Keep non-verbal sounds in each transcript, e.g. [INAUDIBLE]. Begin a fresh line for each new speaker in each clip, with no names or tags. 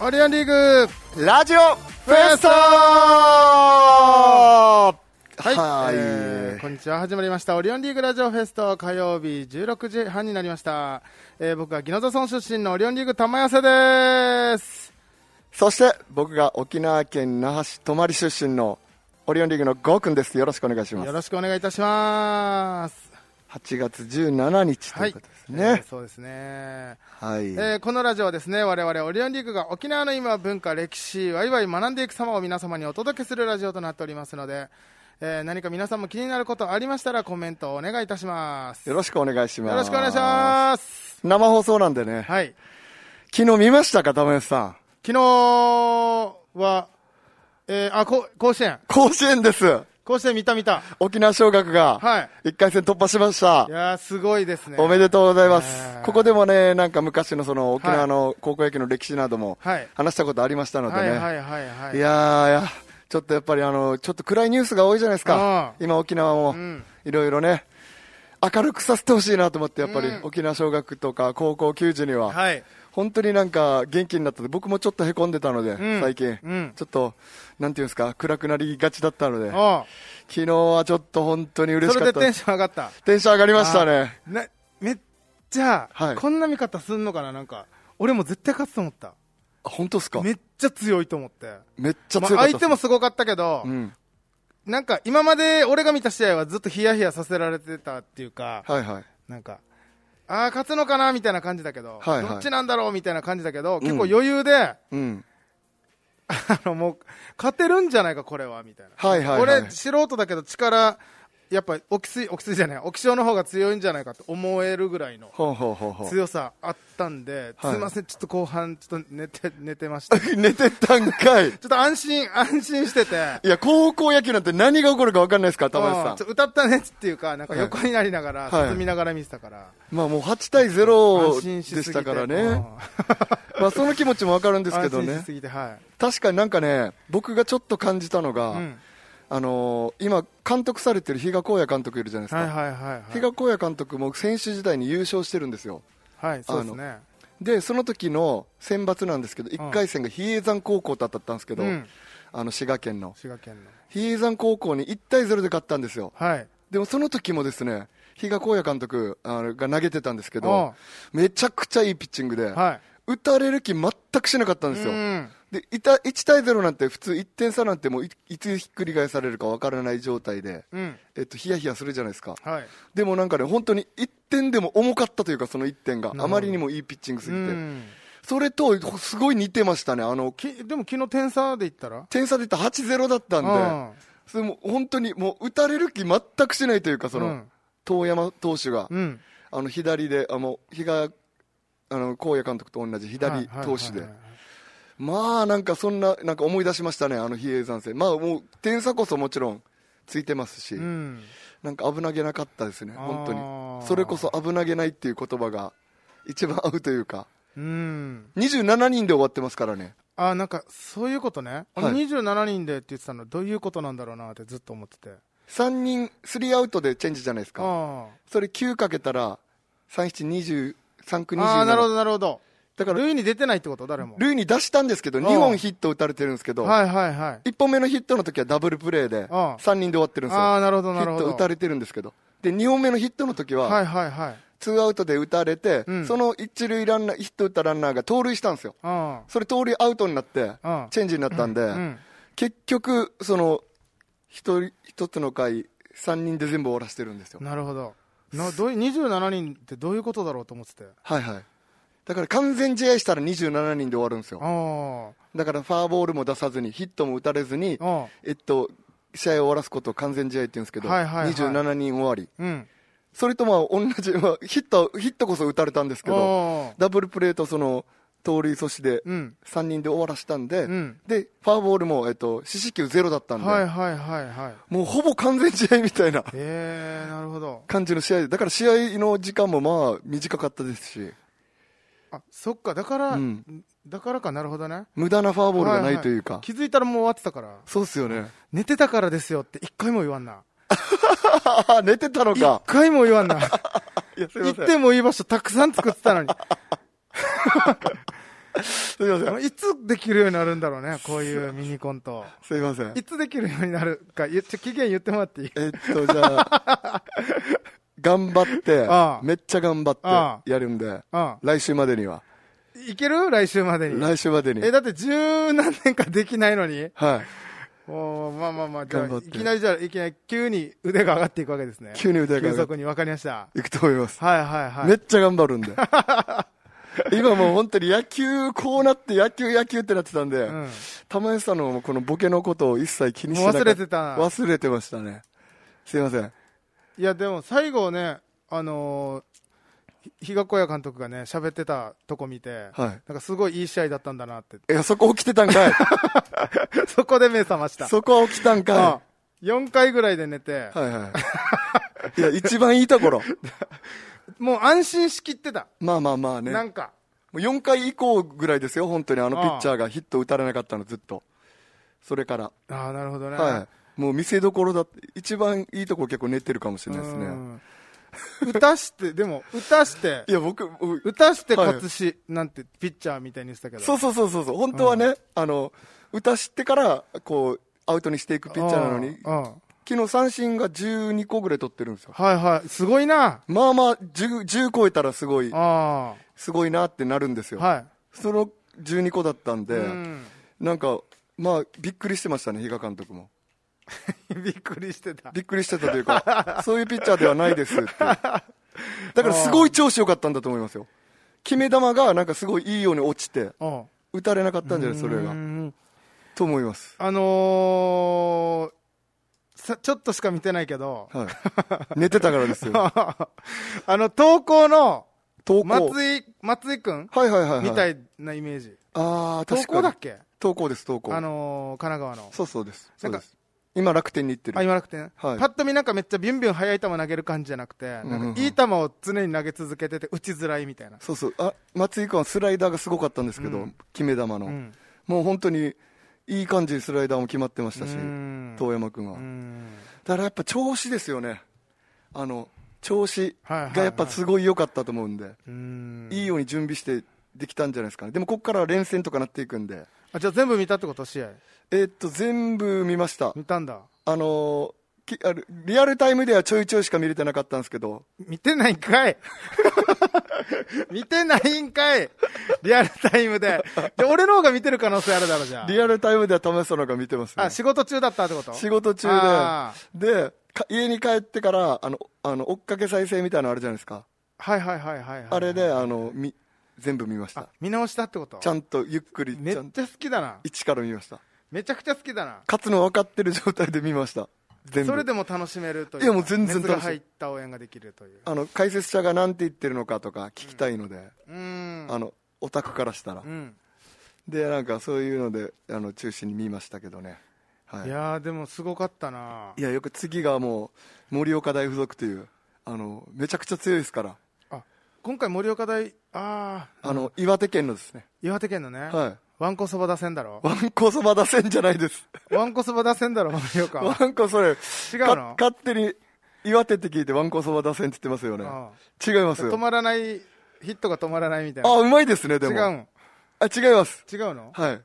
オリオンリーグ
ラジオフェスト
はい、
はい
えーこんにちは始まりましたオリオンリーグラジオフェスト火曜日16時半になりました、えー僕は宜野座村出身のオリオンリーグ玉寄せです
そして僕が沖縄県那覇市泊出身のオリオンリーグのゴーくんですよろしくお願いしま
よ
す
ろしくお願いいたします
8月17日と
は
いう
い
ことです
え
ね
ーそうですね
はい、
えーこのラジオはですね我々オリオンリーグが沖縄の今文化歴史ワイワイ学んでいく様を皆様にお届けするラジオとなっておりますので、えー何か皆さんも気になることありましたらコメントをお願いいたします
よろしくお願いします
よろしくお願いします
生放送なんでね
はい
昨日見ましたか玉吉さん
昨日は、えーあこ甲子園
甲子園です
甲子園見た見た
沖縄尚学が
はい
1回戦突破しました
いやーすごいですね
おめでとうございます
ねえ。
ここでもね、なんか昔のその沖縄の高校野球の歴史なども
はい
話したことありましたので
はいは
ね。
いはいはい
いやーいや、ちょっとやっぱりあの、ちょっと暗いニュースが多いじゃないですか。
う
今沖縄も
ん、
いろいろね、明るくさせてほしいなと思って、やっぱり
うん
沖縄小学とか高校球児には、
はい
本当になんか元気になったので、僕もちょっとへこんでたので、
ん
最近
うん。
ちょっと、なんていうんですか、暗くなりがちだったので、
おう
昨日はちょっと本当に嬉し
そ
か
れ
っ
で
た
テ
で
ン
す。
ション上がった
テンション上がりましたね。
なめっちゃ、
はい
こんな見方すんのかななんか俺も絶対勝つと思った
あ本当ですか
めっちゃ強いと思って
めっちゃ
ま
強
あ
かった
相
っす
手もすごかったけど、
うん、
なんか今まで俺が見た試合はずっとヒヤヒヤさせられてたっていうか、
はいはい
なんかああ勝つのかなみたいな感じだけど、
はいはい
どっちなんだろうみたいな感じだけど、結構
うん
余裕であ
うん
のもう勝てるんじゃないかこれはみたいな、
はいはいはい
俺素人だけど力やっぱ沖水沖水じゃない沖潮の方が強いんじゃないかと思えるぐらいの
ほうほうほうほう
強さあったんで、
はい
すみません、ちょっと後半、ちょっと寝て寝てました、ちょ
寝てたんか [LAUGHS] い
っと安心、安心してて、
いや高校野球なんて何が起こるか分かんないですから玉
うんち
吉
ょ
さ
歌ったねっていうか、なんか
はい
横になりながら、
はい
進みながら見てたから、
んまあもう8対
安心しすぎて、
0でしたから
うん
ねまあその気持ちも分かるん [LAUGHS] ですけど
安心し
ね
すぎて、は
確かになんかね僕がちょっと感じたのが、
い、うん、
あのー今監督されてる比嘉公也監督いるじゃないですか、
はいはいはい、
比
は
嘉公也監督も選手時代に優勝してるんですよ
い、はい、そうですね、
でその時の選抜なんですけど1回戦が比叡山高校と当たったんですけど、
うん
あの滋賀県の
滋賀県の、
比叡山高校に1対0で勝ったんですよ、
はい、
でもその時もですね、比嘉公也監督あのが投げてたんですけ
お
ど、めちゃくちゃいいピッチングで、
は
打たれる気全くしなかったん
い、
ですよ、
うん
でいた1対0なんて、普通1点差なんてもうい、いつひっくり返されるかわからない状態で、
うん、
えっと、ヒヤヒヤするじゃないですか、
はい、
でもなんかね、本当に1点でも重かったというか、その1点
る
が
ほど
あまりにもいいピッチングす
う
ぎて、
ん、
それとすごい似てましたね、あの
きでも昨日点差で言ったら、
点差で言ったら8 0だったんで。それも本当にもう打たれる気全くしないというか、その、
うん
遠山投手が、
うん、うん、
あの左で、あの比嘉あの高野監督と同じ左投手で
はいはいはい、はい
まあなんかそんな、なんか思い出しましたね、あの比叡山戦、まあもう点差こそもちろんついてますし、
うん、
なんか危なげなかったですね、
あー
本当に、それこそ危なげないっていう言葉が一番合うというか、
うん。
27人で終わってますからね、
あーなんかそういうことね、
はい
俺27人でって言ってたの、どういうことなんだろうなってずっと思ってて、
3人、3アウトでチェンジじゃないですか、
あ
それ9かけたら、3、7、23区
ーあー、なるほ
27
ど、なるほど、
だから
塁に出てないってこと、誰も。
ルーに出したんですけど、
うん
2本ヒット打たれてるんですけど、
はいはいはい、
1本目のヒットの時はダブルプレーで、3人で終わってるんですよ。
ああ、なるほど、
ヒ
なる
ッ
ほ
ト
ど、
打たれてるんですけど。で、2本目のヒットの時
は
は、
いはいはい、
ツーアウトで打たれて、
うん
その一塁ランナー、ヒット打ったランナーが盗塁したんですよ。
あ
それ盗塁アウトになって
うん、
チェンジになったんで、
ーうん、
結局、その、一人、一つの回、3人で全部終わらせてるんですよ。
なるほどなどうい、27人ってどういうことだろうと思ってて、
はいはい。だから完全試合したら27人で終わるんですよ。
あ
だからファーボールも出さずに、ヒットも打たれずに
あ、、あ
えっと、試合を終わらすことを完全試合って言うんですけど、
はいはいはい
27人終わり、
ーうん、
それとまあ同じ、まあ、ヒット、ヒットこそ打たれたんですけど、
あー
ダブルプレーとその盗塁阻止で
うん、
3人で終わらしたんで、
うん
でファーボールも、えっと、四死球ゼロだったんで、
はいはいはいはい、
もうほぼ完全試合みたいな
えー、なるほど、
感じの試合で、だから試合の時間もまあ短かったですし、
あそっか、だから、
うん
だからか、なるほどね、
無駄なファーボールが
は
な
ははい
というか、
気づいたらもう終わってたから。
そうっすよね。
寝てたからですよって一回も言わんな。
ああ、寝てたの
一
か。
回も言わんな。
[LAUGHS] いや、すいま
行っ
せん。
てもいい場所たくさん作ってたのに。
すいません。
いつできるようになるんだろうね、こういうミニコント。
すいません。
いつできるようになるか、言っちゃ期限言ってもらっていい
えっと、じゃあ、
[LAUGHS]
頑張って
ああ、
めっちゃ頑張
ああ
ってやるんで、
あ
来週までには。
あいける来週までに。
来週までに
え、。だって十何年かできないのに。
はい。
おーまあまあまあ、じゃ
頑張
あ、
っ
い
て
きなりじゃあ、いきなり急に腕が上がっていくわけですね。
急に腕が
急
上がって
速に分かりました。
いくと思います。
はいはいはい。
めっちゃ頑張
[LAUGHS]
るんで。今もう本当に野球、こうなって野球、野球ってなってたんで、
うん
玉井さんのこのボケのことを一切気にしてなか
もう忘
っ
れてた
忘れてましたね。すいません。
いや、でも最後ね、あのーひ比嘉小也監督がね、喋ってたとこ見て、
はい
なんかすごいいい試合だったんだなって。 [LAUGHS]
いや、そこ起きてたんかい。
そこで目覚ました。
そこは起きたんか
4回ぐらいで寝て
い。、はいはい。いや、一番いいところ。
もう安心しきってた。
まあまあまあね。
なんか。
もう4回以降ぐらいですよ、本当にあのピッチャーがヒット打たれなかったの、ずっと。それから。
ああ、なるほどね。
はい。もう見せどころだって、一番いいとこ結構寝てるかもしれないです
う
ね。
ん打たして、でも、打たして
い、や、僕、僕
打たして勝つし、なんて、ピッチャーみたいにしたけど。
そうそうそうそうそう、本当はね、あの、打たしてから、こう、アウトにしていくピッチャーなのに、
うんうん
昨日三振が12個ぐらい取ってるんですよ。
はいはい。すごいな。
まあまあ、10、10超えたらすごい、
あ
すごいなってなるんで
あ。
すよ。
は
その12個だったん
い。
で、
うん。
なんか、まあ、びっくりしてましたね、比嘉監督も。
[LAUGHS] びっくりしてた。
びっくりしてたというか、 [LAUGHS] そういうピッチャーではないですって。だからすごい調子良かったんだと思いますよ。決め球がなんかすごいいいように落ちて、
うん。
打たれなかったんじゃないそれ
う
が。
ん
と思います。
あのーさ、ちょっとしか見てないけど、 [LAUGHS]
はい。寝てたからですよ。
あの、投稿の
投稿。
松井、松井くん
はいはいはい、はい。
みたいなイメージ。
ああ、
投
確か
稿
に。
だっけ
投稿です、投稿。
あのー神奈川の。
そうそうです。
な
そ
ん
う
か
です。今楽天に行って
あ、
る。
今なくてね。
はい
パッと見なんかめっちゃビュンビュン速い球投げる感じじゃなくて、
んうん
なんかいい球を常に投げ続けてて打ちづらいみたいな。
そうそう。あ、松井君はスライダーがすごかったんですけど、
うん
決め球の、
うん。
もう本当にいい感じにスライダーも決まってまし
う
たし、
ん
遠山君は、
うん
だからやっぱ調子ですよね。あの、調子
はいはいは
が
い
やっぱすごい良かったと思うんで、い
うん
いように準備してできたんじゃないですかね。でもここから連戦とかなっていくんで。
あ、じゃあ全部見たってこと試合。
えーっと、全部見ました。
見たんだ。
あのーきあのリアルタイムではちょいちょいしか見れてなかったんですけど、
見てないんかい [LAUGHS] 見てないんかいリアルタイムで。で、俺の方が見てる可能性あるだろ、じゃあ。
リアルタイムでは試したのが見てます、ね
あ、。仕事中だったってこと
仕事中
あー
で、で、か家に帰ってから、あの、あの、追っかけ再生みたいなのあるじゃないですか。
はいはいはいはいはい。
あれで、あの、み、全部見まし
あ
た。
見直したってこと
ちゃんとゆっくり、
めっ
ちゃんと、
ちゃ好きだな。
一から見ました。
めちゃくちゃ好きだな。
勝つの分かってる状態で見ました。全部。
それでも楽しめるというか。
いやもう全然
熱が
楽しい
入った応援ができるという。
あの、解説者がなんて言ってるのかとか聞きたいので、
うーん。
あの、オタクからしたら
う。ん。
で、なんかそういうので、あの、中心に見ましたけどね。はい。
い。やー、でもすごかったない
や、よく次がもう、盛岡大付属という、あの、めちゃくちゃ強いですから。
あ、今回盛岡大、あー、
あの、岩手県のですね。
岩手県のね。
はい。
わんこそば打線だろ
わんこそば出せんじゃないです。
わんこそば打線だろ、盛岡。
[LAUGHS] わんこそれ、違う
の
勝手に、岩手って聞いてわんこそば出せんって言ってますよね。
ああ
違います
止
よ。
まらない、ヒットが止まらないみたいな。
あ、うまいですね、で
違
も。
うん
あ、違います。
違うの
はい。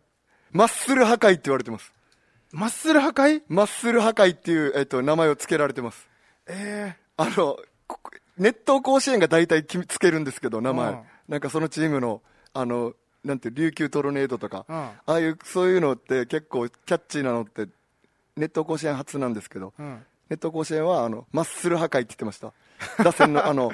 マッスル破壊って言われてます。
マッスル破壊
マッスル破壊っていう、えっと、名前を付けられてます。
え
あの、こ熱湯甲子園が大体決めつけるんですけど、名
うん
前。なんかそのチームの、あの、なんていう、琉球トルネードとか、
うん
ああいう、そういうのって結構キャッチーなのって、熱湯甲子園初なんですけど、
えうん。
熱湯甲子園は、あの、マッスル破壊って言ってました。打線の、あの、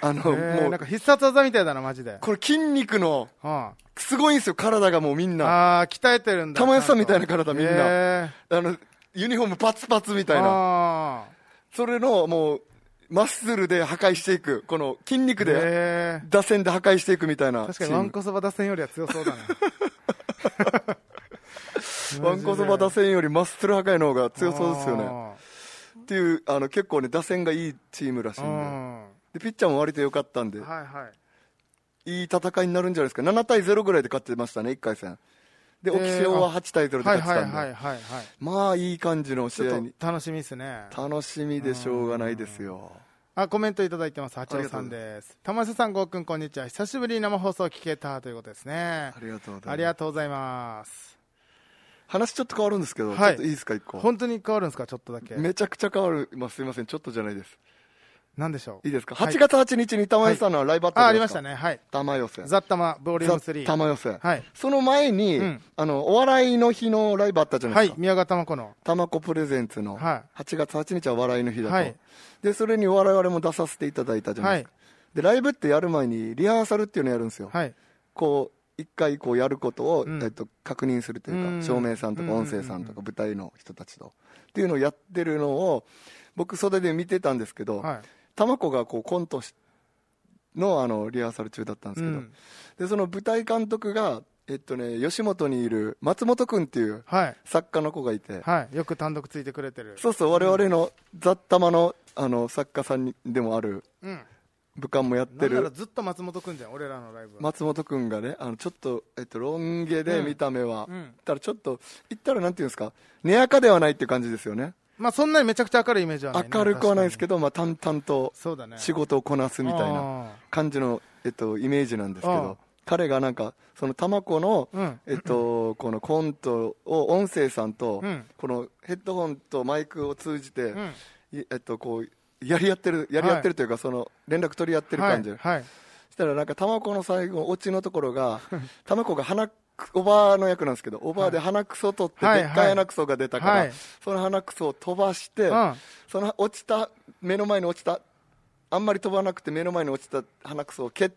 あの、
ええな
も
ん
う、
か必殺技みたいだな、マジで。
これ筋肉の、
うん、あ
すごいんですよ、体がもうみんな。
あー、鍛えてるんだ。
玉井さん
ちゃ
みたい
と
な体みんな
え
あの、ユニフォームパツパツみ
え
たいな。
あ
それの、もう、マッスルで破壊していく。この筋肉
ー
で、
ええ
打線で破壊していくみたいなチ
確か
ー
に
ム。
わんこそば打線よりは強そうだな。
[LAUGHS] ワンコそば打線よりマッスル破壊の方が強そうですよね。
ね。
っていう、あの、結構ね、打線がいいチームらしい
うんん。は
で。で、ピッチャーも割と良かったんで
い、はい。
いい戦いになるんじゃないですか。7対0ぐらいで勝ってましたね、1回戦。で、
えー
沖縄は8対0で
は
勝
い
って
はい
たん
はい
で。
はいはい。
まあ、いい感じの
ち
試合
ょっ
に。
と楽しみですね。
楽しみでしょうがないですよ。
あコメントいただいてます八尾さんです玉瀬さんごうくんこんにちは久しぶりに生放送聞けたということですね
ありがとうございます
ありがとうございます
話ちょっと変わるんですけど、
はい
ちょっといいですか一個
本当に変わるんですかちょっとだけ
めちゃくちゃ変わる、まあ、すいませんちょっとじゃないです
なんでしょう
いいですか
はい
8月8日に玉寄せたのはライブあった
あ
じ
あ
ゃ
り
ないで
ますし
か
たねはい
玉寄せ
「ザ・タマボリューム3」
玉寄せ、
はい
その前に、
うん
あのお笑いの日のライブあったじゃない
は
です
い
か、
宮川玉子の
たまこプレゼンツの
は
8月8日は笑いの日だと、
はい
でそれに我々も出させていただいたじゃないですか、でライブってやる前にリハーサルっていうのやるんですよ、
はい
こう一回こうやることを、
うん
えっと、確認するというか、
うん
照明さんと
うん
か音声さんとか舞台の人たちと、っていうのをやってるのを僕袖で見てたんですけど、
はい
たまこがこうコントしのあのリハーサル中だったんで
う
すけど、
ん
でその舞台監督が、えっとね、吉本にいる松本君っていう
はい
作家の子がいて、
はいよく単独ついてくれてる
そうそう我々の雑多まのあの作家さんにでもある
うん
武漢もやっ
な
て
んなら
る
ずっと松本くんじゃん俺らのライブは
松本君がねあのちょっと、えっと、ロン毛で
うん
見た目は、
うん
たらちょっと言ったらなんていうんですか根やかではないっていう感じですよね
まあそんなにめちゃくちゃ明るいイメージはない
明るくはないですけ
ど
ど、まあ、淡々と
そうだね
仕事をこなすみたいな
な
感じの、えっと、イメージなんですけ
ああ
ど彼がなんかその玉子の、
うん
えっと、このコントを音声さんと、
うん
このヘッドホンとマイクを通じて、
うん
いえっと、こうやり合ってるやり合ってるというか、その連絡取り合ってる感じ、
はいはい
したらなんか玉子の最後オチのところが玉子が鼻くおばあの役なんですけどおばあで鼻くそ取って
はい
でっかい鼻くそが出たから、
はい
その鼻くそを飛ばして、
うん
その落ちた目の前に落ちたあんまり飛ばなくて目の前に落ちた鼻くそを蹴っ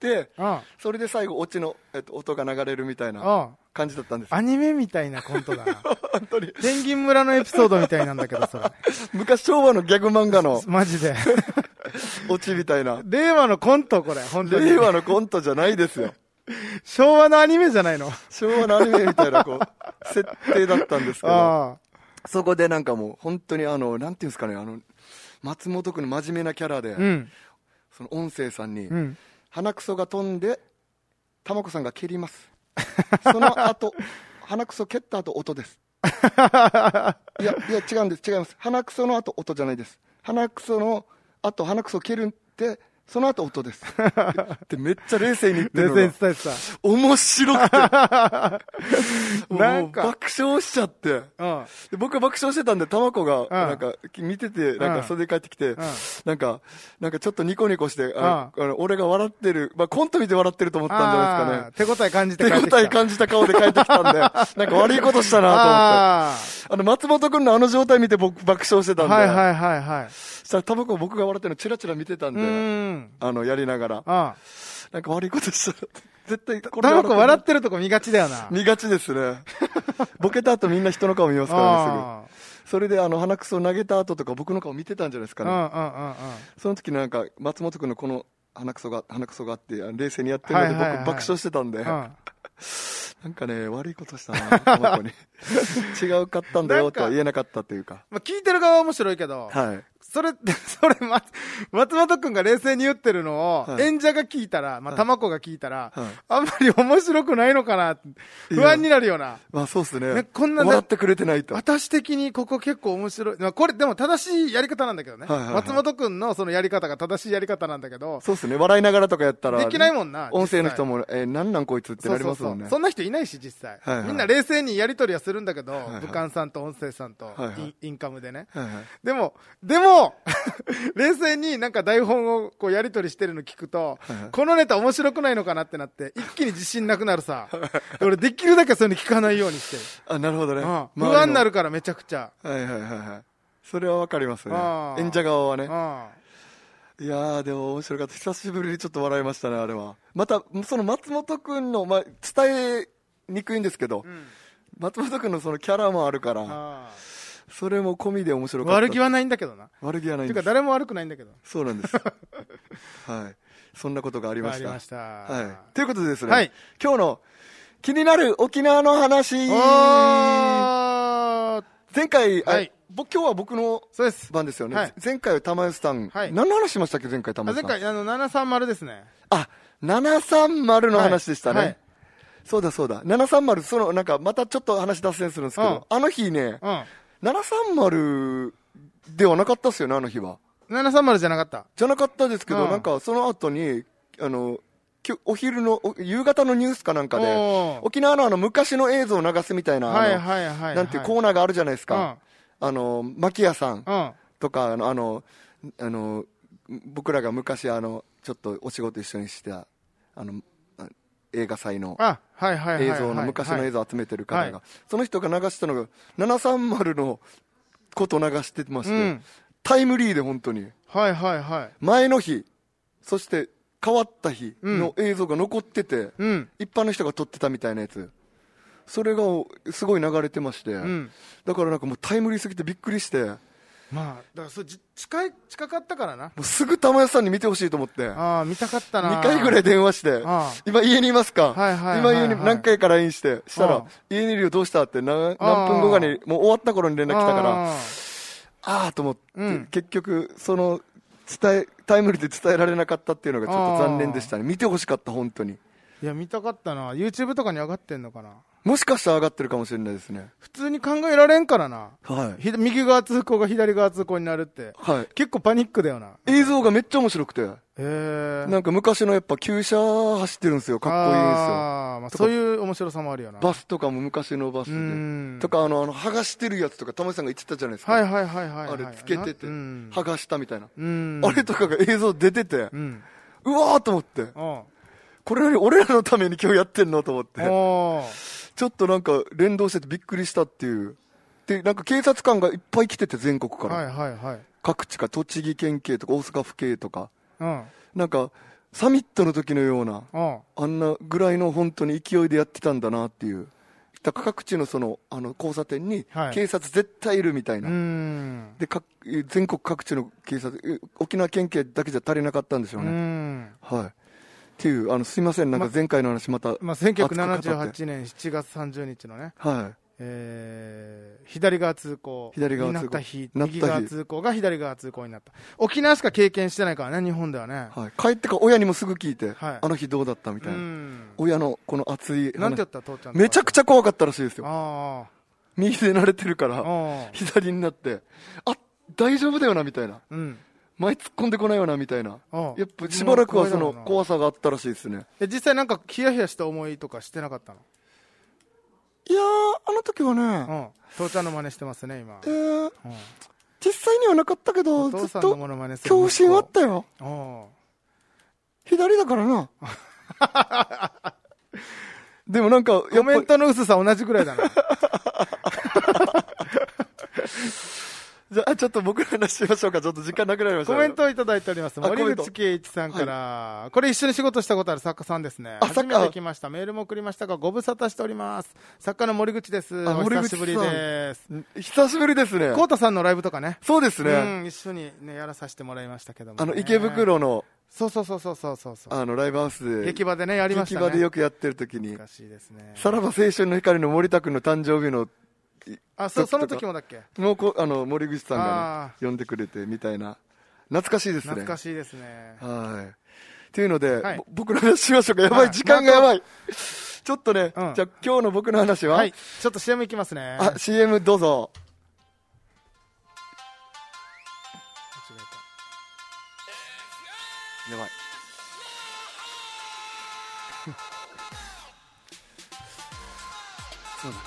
て
うん
それで最後オチの、えっと、音が流れるみたいな
うん
感じだったんですよ
アニメみたいなコントだな
[LAUGHS] 本当に
ペンギン村のエピソードみたいなんだけどそれ
昔昭和のギャグ漫画の
マジ
[LAUGHS]
で
オチみ
[LAUGHS]
たいな
令和のコントこれ本当に
令和のコントじゃないですよ
昭和のアニメじゃないの
昭和のアニメみたいなこう設定だったんですけど
あ
そこでなんかもう本当にあのなんていうんですかねあの松本君の真面目なキャラで、
あうん
その音声さんに、
うん
鼻くそが飛んで玉子さんが蹴りますその後鼻くそ蹴った後音ですいやいや違うんです違います鼻くその後音じゃないです鼻くその後鼻くそ蹴るってその後音ですってめっちゃ冷静に言って
全
るの
然
が
伝えてた
面白くてもう
なんか
爆笑しちゃって
うん
で僕は爆笑してたんで、玉子が、なんか、見てて、なん
うん
か、袖帰ってきて、
ん
なんか、なんかちょっとニコニコして、あのあの俺が笑ってる、まあ、コント見て笑ってると思ったんじゃない
あー
ですかね。
手応え感じて
手
帰ってきた
応え感じた顔で帰ってきたんで、なんか悪いことしたなと思って。
あ
あの、松本くんのあの状態見て僕爆笑してた
あ
んで、
はいはいはいはい
そしたら玉子僕が笑ってるのチラチラ見てたん
う
で、
ーん
あの、やりながら、
あ
なんか悪いことしたなって絶対、こ
あタ
で
バ
る
コ笑ってるとこ見がちだよな
見がちですね。ボケた後みんな人の顔見ますからね、すぐ。
あ
それであの鼻くそ投げた後とか僕の顔見てたんじゃないです
あ
か
うんう
ね、
んうんうん
その時なんか松本君のこの鼻くそが鼻くそがあってあの冷静にやってるので
はい
僕
はいはい
爆笑してたんで、
うん
なんかね悪いことしたな玉子
[LAUGHS]
に違うかったんだよとは言えなかったっていうか
まあ、聞いてる側は面白いけど、
はい
それ、 [LAUGHS] それ、松松本くんが冷静に言ってるのを、
はい
演者が聞いたら、まあ、玉子が聞いたら、
はい
あんまり面白くないのかな、不安になるような。
まあそうですね
ねこんな
笑ってくれてないと
私的にここ結構面白い。まあ、これ、でも正しいやり方なんだけどね。
はいはいはい
松本くんのそのやり方が正しいやり方なんだけど、
そうですね笑いながらとかやったら
できないもんな
音声の
実際
人も「えー、なんなんこいつ」ってなります
そうそ
もん
うそ
ね
うそんな人いないし、実際、
はいはい
みんな冷静にやりとりはするんだけど、
いはい
武漢さんと音声さんとイン、
はいはい
インカムでね。
はいはい
でも、でも、 [LAUGHS] 冷静になんか台本をこうやり取りしてるの聞くと、このネタ面白くないのかなってなって、一気に自信なくなる
[LAUGHS]
さ。俺できるだけそういうの聞かないようにしてる。
あなるほどね
うん
周
不
りの
安になるからめちゃくちゃ。
はいはいはいはいそれはわかりますね
あー
演者側は
う
ね
ん。あ
いやーでも面白かった久しぶりにちょっと笑いましたねあれはまたその松本君の、まあ、伝えにくいんですけど、松本君のそのキャラもあるから
あ
それも込みで面白かった
悪気はないんだけどな。っ
悪気はな
てい
いん
う
で
か
す
誰も悪くないんだけど。
そうなんです
[LAUGHS]
はいそんなことがありま
あ
し
り
た
ました。
はい、ということでですね、
はい
今日の気になる沖縄の話
おー
前回、あ
はい
僕今日は僕の
そうです。
番ですよね、
はい
前回は玉吉さん、
はい
何の話しましたっけ前回玉
あ
吉さ
前
ん
回、あの、730ですね。
あ、730の話でしたね。
はいはい
そうだそうだ。730、その、なんか、またちょっと話脱線するんですけど、
うん
あの日ね、
うん。
730ではなかったっすよね、あの日は。
730じゃなかった。
じゃなかったですけど、
うん
なんかその後に、あの、きょお昼の、お夕方のニュースかなんかで、
おー
沖縄のあの昔の映像を流すみたいな、あの
はいはいはいはい。
なんていうコ
う
ーナーがあるじゃないですか。あの、牧屋さん
ん。うん。
とか、あの、あの、あの僕らが昔、あの、ちょっとお仕事一緒にした、あの、あ映画祭の
あ、はいはいはいはい。
映像の、昔の映
像。
像を集めてる方が、
は
その人が流したのが、730のこと流してまして、
うん
タイムリーで本当に。
はいはいはい。
前の日、そして変わった日の映像が残ってて、
うん。
一般の人が撮ってたみたいなやつ。それがすごい流れてまして、
うん。
だからなんかもうタイムリーすぎてびっくりして、も
まあ、だからそれじ近い、近かったからな。
うすぐ玉屋さんに見てほしいと思って、2
ああ、見たかったな。
回ぐら
い。
い電話して
ああ、
今家にいますか、
はいはいはい
今
はい
家に何回か LINE して、した
ああ
ら、家にいるよどうしたって何
ああ
何分後かに、もう終わった頃に連絡来たから、
あ
ああと思って、
うん
結局、その伝え、タイムリーで伝えられなかったっていうのがちょっと残念でしたね、見てほしかった、本当に。
ーいや、見たかったな。YouTube とかに上がってんのかな。
もしかしたら上がってるかもしれないですね。
普通に考えられんからな。
はい。
ひだ右側通行が左側通行になるって。
はい。
結構パニックだよな。
映像がめっちゃ面白くて、
へえ。
なんか昔のやっぱ旧車走ってるんですよ、かっこいいんですよ。
あーまあ、そういう面白さもあるよな。
バスとかも昔のバス
う
で。
ん
と。か、あの、あの、剥がしてるやつとか、玉井さんが言ってたじゃないですか。
はいはいはいはい、はい。
あれつけてて、
うん。
剥がしたみたいな。
うん
あれとかが映像出てて
う、ん。
うわーと思って、
お
[LAUGHS]
う
これより俺らのために今日やってんのと思って。
おう
ちょっとなんか連動しててびっくりしたっていう。で、なんか警察官がいっぱい来てて、全国から。
はいはいはい。
各地か、栃木県警とか大阪府警とか。
うん。
なんか、サミットの時のような、
おう
あんなぐらいの本当に勢いでやってたんだなっていう。だから各地のその、あの、交差点に
は、い
警察絶対いるみたいうな。
ん。
で、各全国各地の警察、え沖縄県警だけじゃ足りなかったんでしょ
う
うね。
ん。
はい。っていう、あの、すいません、なんか前回の話また、
まあ、1978年7月30日のね、
はい。
えー、左側通行
左側
に
通行
なった日、
なった日
右側通行が左側通行になった。沖縄しか経験してないからね、日本ではね。
はい、帰ってから親にもすぐ聞いて、
はい
あの日どうだったみた
う
いな、
ん。
親のこの熱い話
なんて言った父ちゃん
めちゃく
ち
ちゃ怖かったらしいです
ゃ。
よ
あ
右で慣れてるか
あ。
ら
お
左になってあ大丈夫だよなみたいな
ううん。
前突っ込んでこないよなみたいな
おう
やっぱしばらくはその
もう怖いだろうな
怖さがあったらしいですね
え実際なんかヒヤヒヤした思いとかしてなかったの
いやーあの時はね、
うん。父ちゃんの真似してますね、今。
えー
うん
実際にはなかったけ
お
ど
父さんのものまねする
恐怖心はあった
よ。
よ
お
左だからな [LAUGHS] でもなんか
うコ
やっぱ
メントの薄さ同じぐらいだ
[LAUGHS]
な。
じゃあちょっと僕らの話しましょうかちょっと時間なくなりました
コ
ね
メントをいただいております。
あコメント
森口圭一さんから、これ一緒に仕事したことある作家さんですね。
あ
初
作家
めて来ました。メールも送りましたが、ご無沙汰しております。作家の森口です。
あ
お久しぶり
森口さん
です。
久しぶりですね
コウタさんのライブとかね。
そうですね、
うん、一緒にね、やらさせてもらいましたけども、ね。
あの池。袋の
そうそうそうそうそうそう。
あのライブハウスで
劇場でね、やりましたね。
劇場でよくやってる時に
懐かしいですね。
さらば青春の光の森田君の誕生日の
あ、そ、
時と
そ
か
の時もだっけ
もうこあの森口さんが、
あ
ね、呼んでくれてみたいな懐かしいですね
懐かしいですね。
はいっていうので、
はい
ぼ僕の話しましょうかやばい、
はい
時間がやばいちょっとね、
うん
じゃあ今日の僕の話は、
はい。ちょっと CM いきますね。
あ CM どうぞ
間違えた
やばいそうだね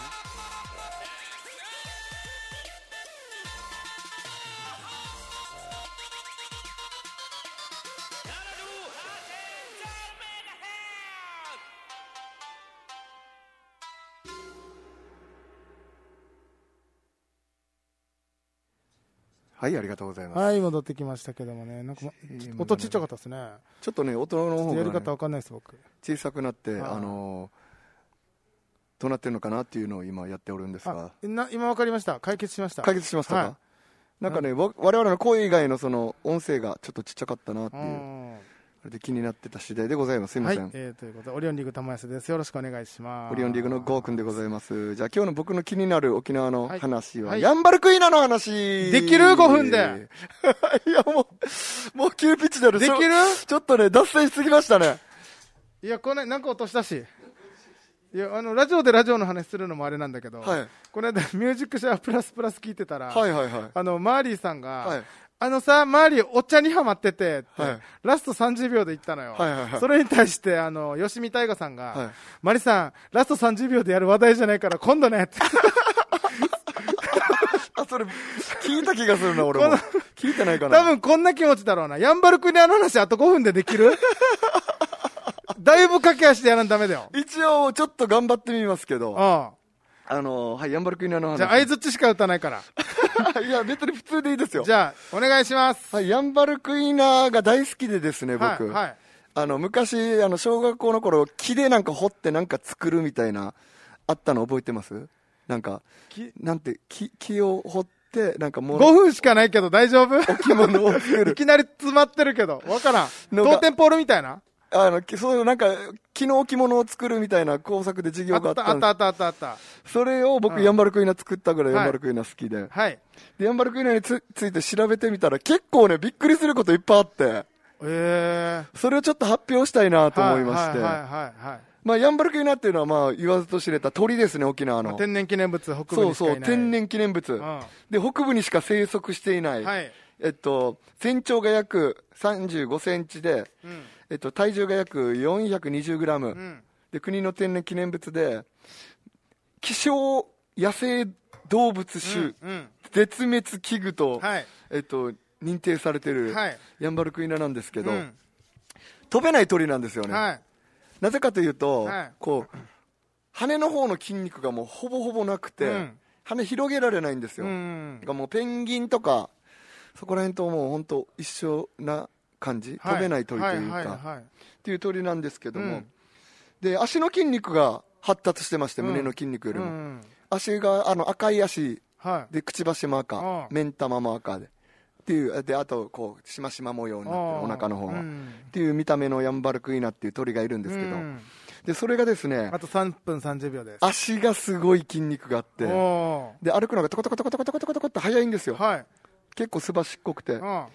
はい、ありがとうございます。
はい、戻ってきましたけどもね、なんかま、
CM
音ちっちゃかったですね。
ちょっとね、大人の方
やり方
が、ね、
わかんないです、僕。
小さくなって、
あー
あのーどうなってるのかなっていうのを今やっておるんです
あ
が、、
な今わかりました。解決しました。
解決しましたか、
はい
なんかね、わ我々の声以外のその音声がちょっとちっちゃかったなって
う
いう、
ん
あれで気になってた次第でございます。すいま
は
せ
い
ん。、
えーということで、オリオンリーグ玉安です。よろしくお願いします。
オリオンリーグのゴーくんでございます。じゃあ今日の僕の気になる沖縄の
はい
話は、
はい
ヤンバルクイナの話
できる5分で
[LAUGHS] いや、もう、もう急ピッチである。
できる
ちょちょっとね、脱線しすぎましたね。
いや、これ、なんか落としたし。いや、あの、ラジオでラジオの話するのもあれなんだけど、
はい
この間、ミュージックシャープラスプラス聞いてたら、
はいはいはい。
あの、マーリーさんが、
はい
あのさ、周りお茶にハマっててって、
はい
ラスト30秒で言ったのよ。
はいはいはい
それに対して、あの、吉見大河さんが、
はい
マリさん、ラスト30秒でやる話題じゃないから今度ねって。
あ、それ、聞いた気がするな、俺も。聞いてないかな。
多分こんな気持ちだろうな。ヤンバルクにあの話あと5分ででき
[LAUGHS]
るだいぶ駆け足でやらんダメだよ。
一応、ちょっと頑張ってみますけど、あ
う
の、はい、ヤンバルクイナの
ん。
話。
じゃあ、相づちしか打たないから。
[LAUGHS] いや、別に普通でいいですよ。
じゃあ、お願いします。
はい、ヤンバルクイナが大好きでですね、僕。
はい、はい。
あの、昔、あの、小学校の頃、木でなんか掘ってなんか作るみたいな、あったの覚えてますなんか、
木
なんて、木、木を掘って、なんかも
5
の、
分しかないけど大丈夫
置物を
[LAUGHS]
作
い
る。
きなり詰まってるけど、わからん。
のが
当店ポールみたいな
[LAUGHS] あの、きそういうなんか、木の置物を作るみたいな工作で授
あ
業があ
っ、
った
あ
た
った、あ
んで
った、あった、あった。
す。それを
う
僕、
ん
ヤンバルクイナ作ったぐらい
は
ヤ
い
ンバルクイナ好きで。
はい。
で、ヤンバルクイナにつついて調べてみたら、結構ね、びっくりすることいっぱいあって、
ええ
それをちょっと発表したいな
ー。
と思いまし
は
て。
い、はい、はいはい、はい。
まあ、ヤンバルクイナっていうのは、まあ、言わずと知れた鳥ですね、沖縄
まあ
の。
天然記念物、北部
そ
に
う
しか
そう、
いない。
天。然記念物、
ん
で、北部にしか生息していない。
はい。
えっと、全長が約35センチで、
うん。
えっと、体重が約420グラム、
うん。
で、国の天然記念物で、希少野生動物種、
うん。
絶滅危惧と、
はい。
えっと、認定されてる、
はい
ヤンバルクイナなんですけど、
うん
飛べない鳥なんですよね。
はい。
なぜかというと、
はい
こう羽の方の筋肉がもうほぼほぼなくて、
うん
羽広げられないんです
う
よ、
ん
だか。らもうペンギンとかそこら辺ともう本当一緒な感じ、
は
飛べない鳥というか、
はい、はい、はい。
っていう鳥なんですけども、
うん
で足の筋肉が発達してまして、
うん
胸の筋肉より
う
も、
ん。
足があの赤い足
はい。
でくちばしも赤、
うん
目ん玉も赤でっていうであとこうしましま模様になってるお腹の方が、
う
っ
ん
ていう見た目のヤンバルクイナっていう鳥がいるんですけど、
うん
でそれがですね
あと3分30秒です。
足がすごい筋肉があって
お
で歩くのがトコトコトコトコトコトコトコって速いんです
ー
よ
はい。
結構すばしっこくて
う、ん。
ま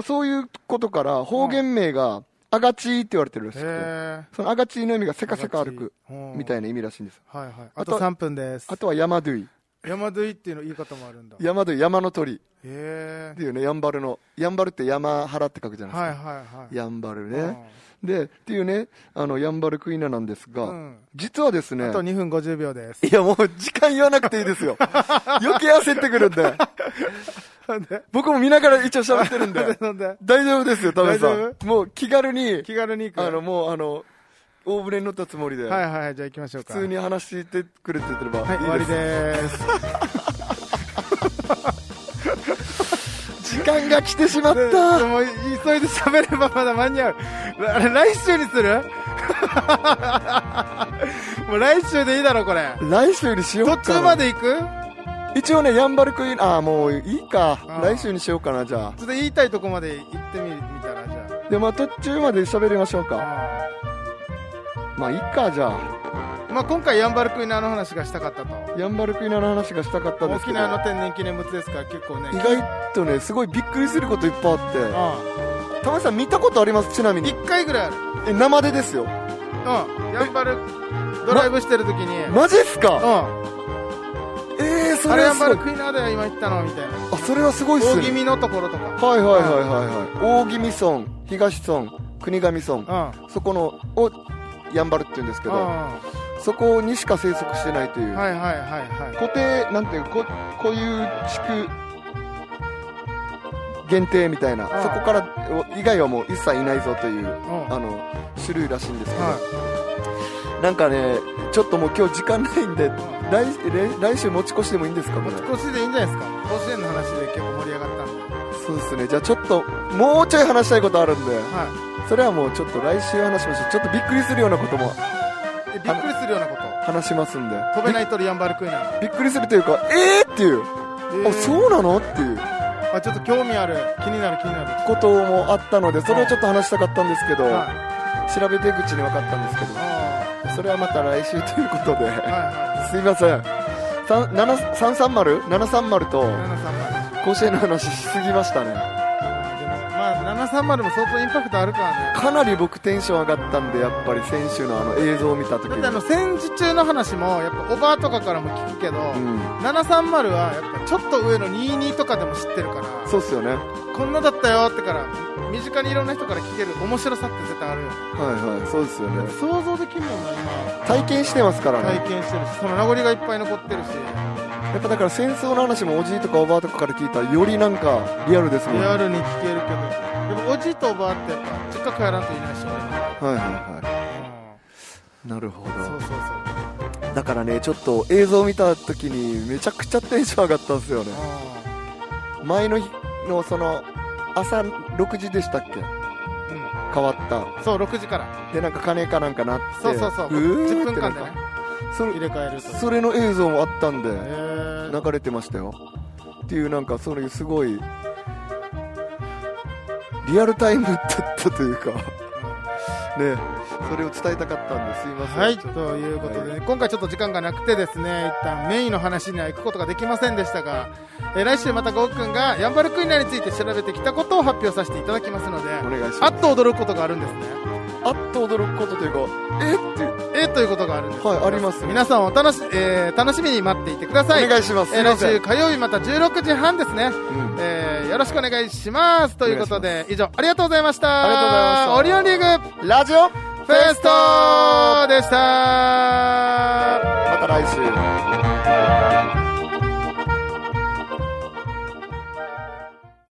あ、そういうことから方言名が「アガチ」って言われてるらしくて
へ
その「アガチ」の意味が「せ
え。
かせか歩く」みた
い
いな意味らしいんです
な。はいはい。あ
あ
と
と
3分です
あ。とは「山どい
山どいっていうの言い方もあるんだ」。へ
山どい山の鳥
え
って。いうねやんばるのやんばるって山原って書くじゃないですか、
はいはいはい。
やんばる
う
ね
ん
でっていうねあのやんばるクイナなんですが、
うん
実はですね
あと2分50秒です。
いや、もう時間言わなくていいです
[LAUGHS]
よ。余計焦ってくるんで。
[LAUGHS]
僕も見ながら一応喋ってるんで。
なん [LAUGHS] で
大丈夫ですよ、田辺さ
大丈
ん。もう気軽に、
気軽に行く。
あの、もうあの、大船に乗ったつもりで、
はいはいはい、じゃあ行きましょう
普
か。
通に話してくれてればいいです。
はい、終わりです。
時間が来てしまっ
でで
た。
も急いで喋ればまだ間に合う。あれ、来週にする [LAUGHS] もう来週でいいだろ、これ。
来週にしようか
途
な。
中まで行く
一応ね、ヤンバルクイーン、ああ、もういいか
あ。ー
来週にしようかな、じゃ
ちょっと言いたいとこまで行ってみ見たら、じゃ
あ。で、まあ途中まで喋りましょうか。
あ。
まあいいか、じゃあ。
まあ今回ヤンバルクイナの話がしたかったと。
ヤンバルクイーンの話がしたかったんです
沖
けど、
縄の天然記念物ですから結構ね。
意外とね、すごいびっくりすることいっぱいあって。
う
たまさん見たことありますちなみ
ん。
に
1回ぐらいある。
え生でですよ
うん。ヤンバル、ドライブしてる時に。
マジっすか
うん。
ええー、そ
あ
れ
れや
は
っ
す
ぱり
ごい
クイナーだよ今言ったのみたいな
あそれはすごいっす
大気
ね
味のところとか
はいはいはいはいはい大宜味村東村国頭村
うん
そこのをやんばるって言うんですけ
うん
ど
は
そこにしか生息してないとい、
いうはいはいはい
固定なんていうこ固有地区限定みたいな
はい
そこからお以外はもう一切いないぞとい
う
う
ん
あの種類らしいんですけど、
は
なんかねちょっともう今日時間ないんで
い
来来来週持ち越してもいいんですかこれ
少しでいいんじゃないですか甲子園の話で結構盛り上がったんで
そうですねじゃあちょっともうちょい話したいことあるんで
は
それはもうちょっと来週話しましょうちょっとびっくりするようなことも
いでびっくりするようなこと
話しますんで
飛べない鳥ヤンバルクイナ
びっくりするというかえーっていう、
えー
あそうなのっていう
あちょっと興味ある気になる気にな
こともあったのでそれをちょっと話したかったんですけど、
るはい
調べて口に分かったんですけど
あ
それはまた来週ということ
ーはい
で [LAUGHS]
はい
すいませんさん7 330?730 と
730
甲子園の話しすぎましたね
でもまあ730も相当インパクトあるからね
かなり僕テンション上がったんでやっぱり先週のあの映像を見た時
だっ
に
てあの戦時中の話もやっぱおばあとかからも聞くけど、
うん
730はやっぱちょっと上の22とかでも知ってるから
そうっすよねはい
こんなだったよってから身近にいろんな人から聞ける面白さって絶対あるよね
はいそうですよね
想像できるもんな
体験してますから
今
ね、
体験してるしその名残がいっぱい残ってるし
やっぱだから戦争の話もおじいとかおばあとかから聞いたらよりなんかリアルですもん
リ
はい
アルに聞けるけどやっぱおじいとおばあってやっぱ実家帰らんといないしね、
はいは
う
いなるほ
ん、そう
ど
そうそう
だからねちょっと映像見た時にめちゃくちゃテンション上がったんですよね前の日のその朝6時でしたっけ
う
変わった
んそう6時から
でなんか金かなんかなって
そうそうそう
ー
10
っ
分
てな
間
ん
で
か
ね
それ
入れ替えると
それの映像もあったんで
えー
流れてましたよっていうなんかそういうすごいリアルタイムだったというかねそれを伝えたかったんですいません
はい、
ち
と
ょっと
いうことで、ね、今回ちょっと時間がなくてですね、一旦メインの話には行くことができませんでしたが、えー来週またゴーくんがヤンバルクイナについて調べてきたことを発表させていただきますので、
お願いし
あ
ます
っと驚くことがあるんですね。
あっと驚くことというかえっていう
えーということがあるんです。
はいあります
皆さんお楽し、えー楽しみに待っていてください。
お願いします
えー
すい
来
ません
週火曜日また16時半ですね、
ん
えーよろしくお願いします。ということで、以上、ありがとうございました。
ありがとうございました
オリオンリーグ
ラジオフ
フェストでした
また来週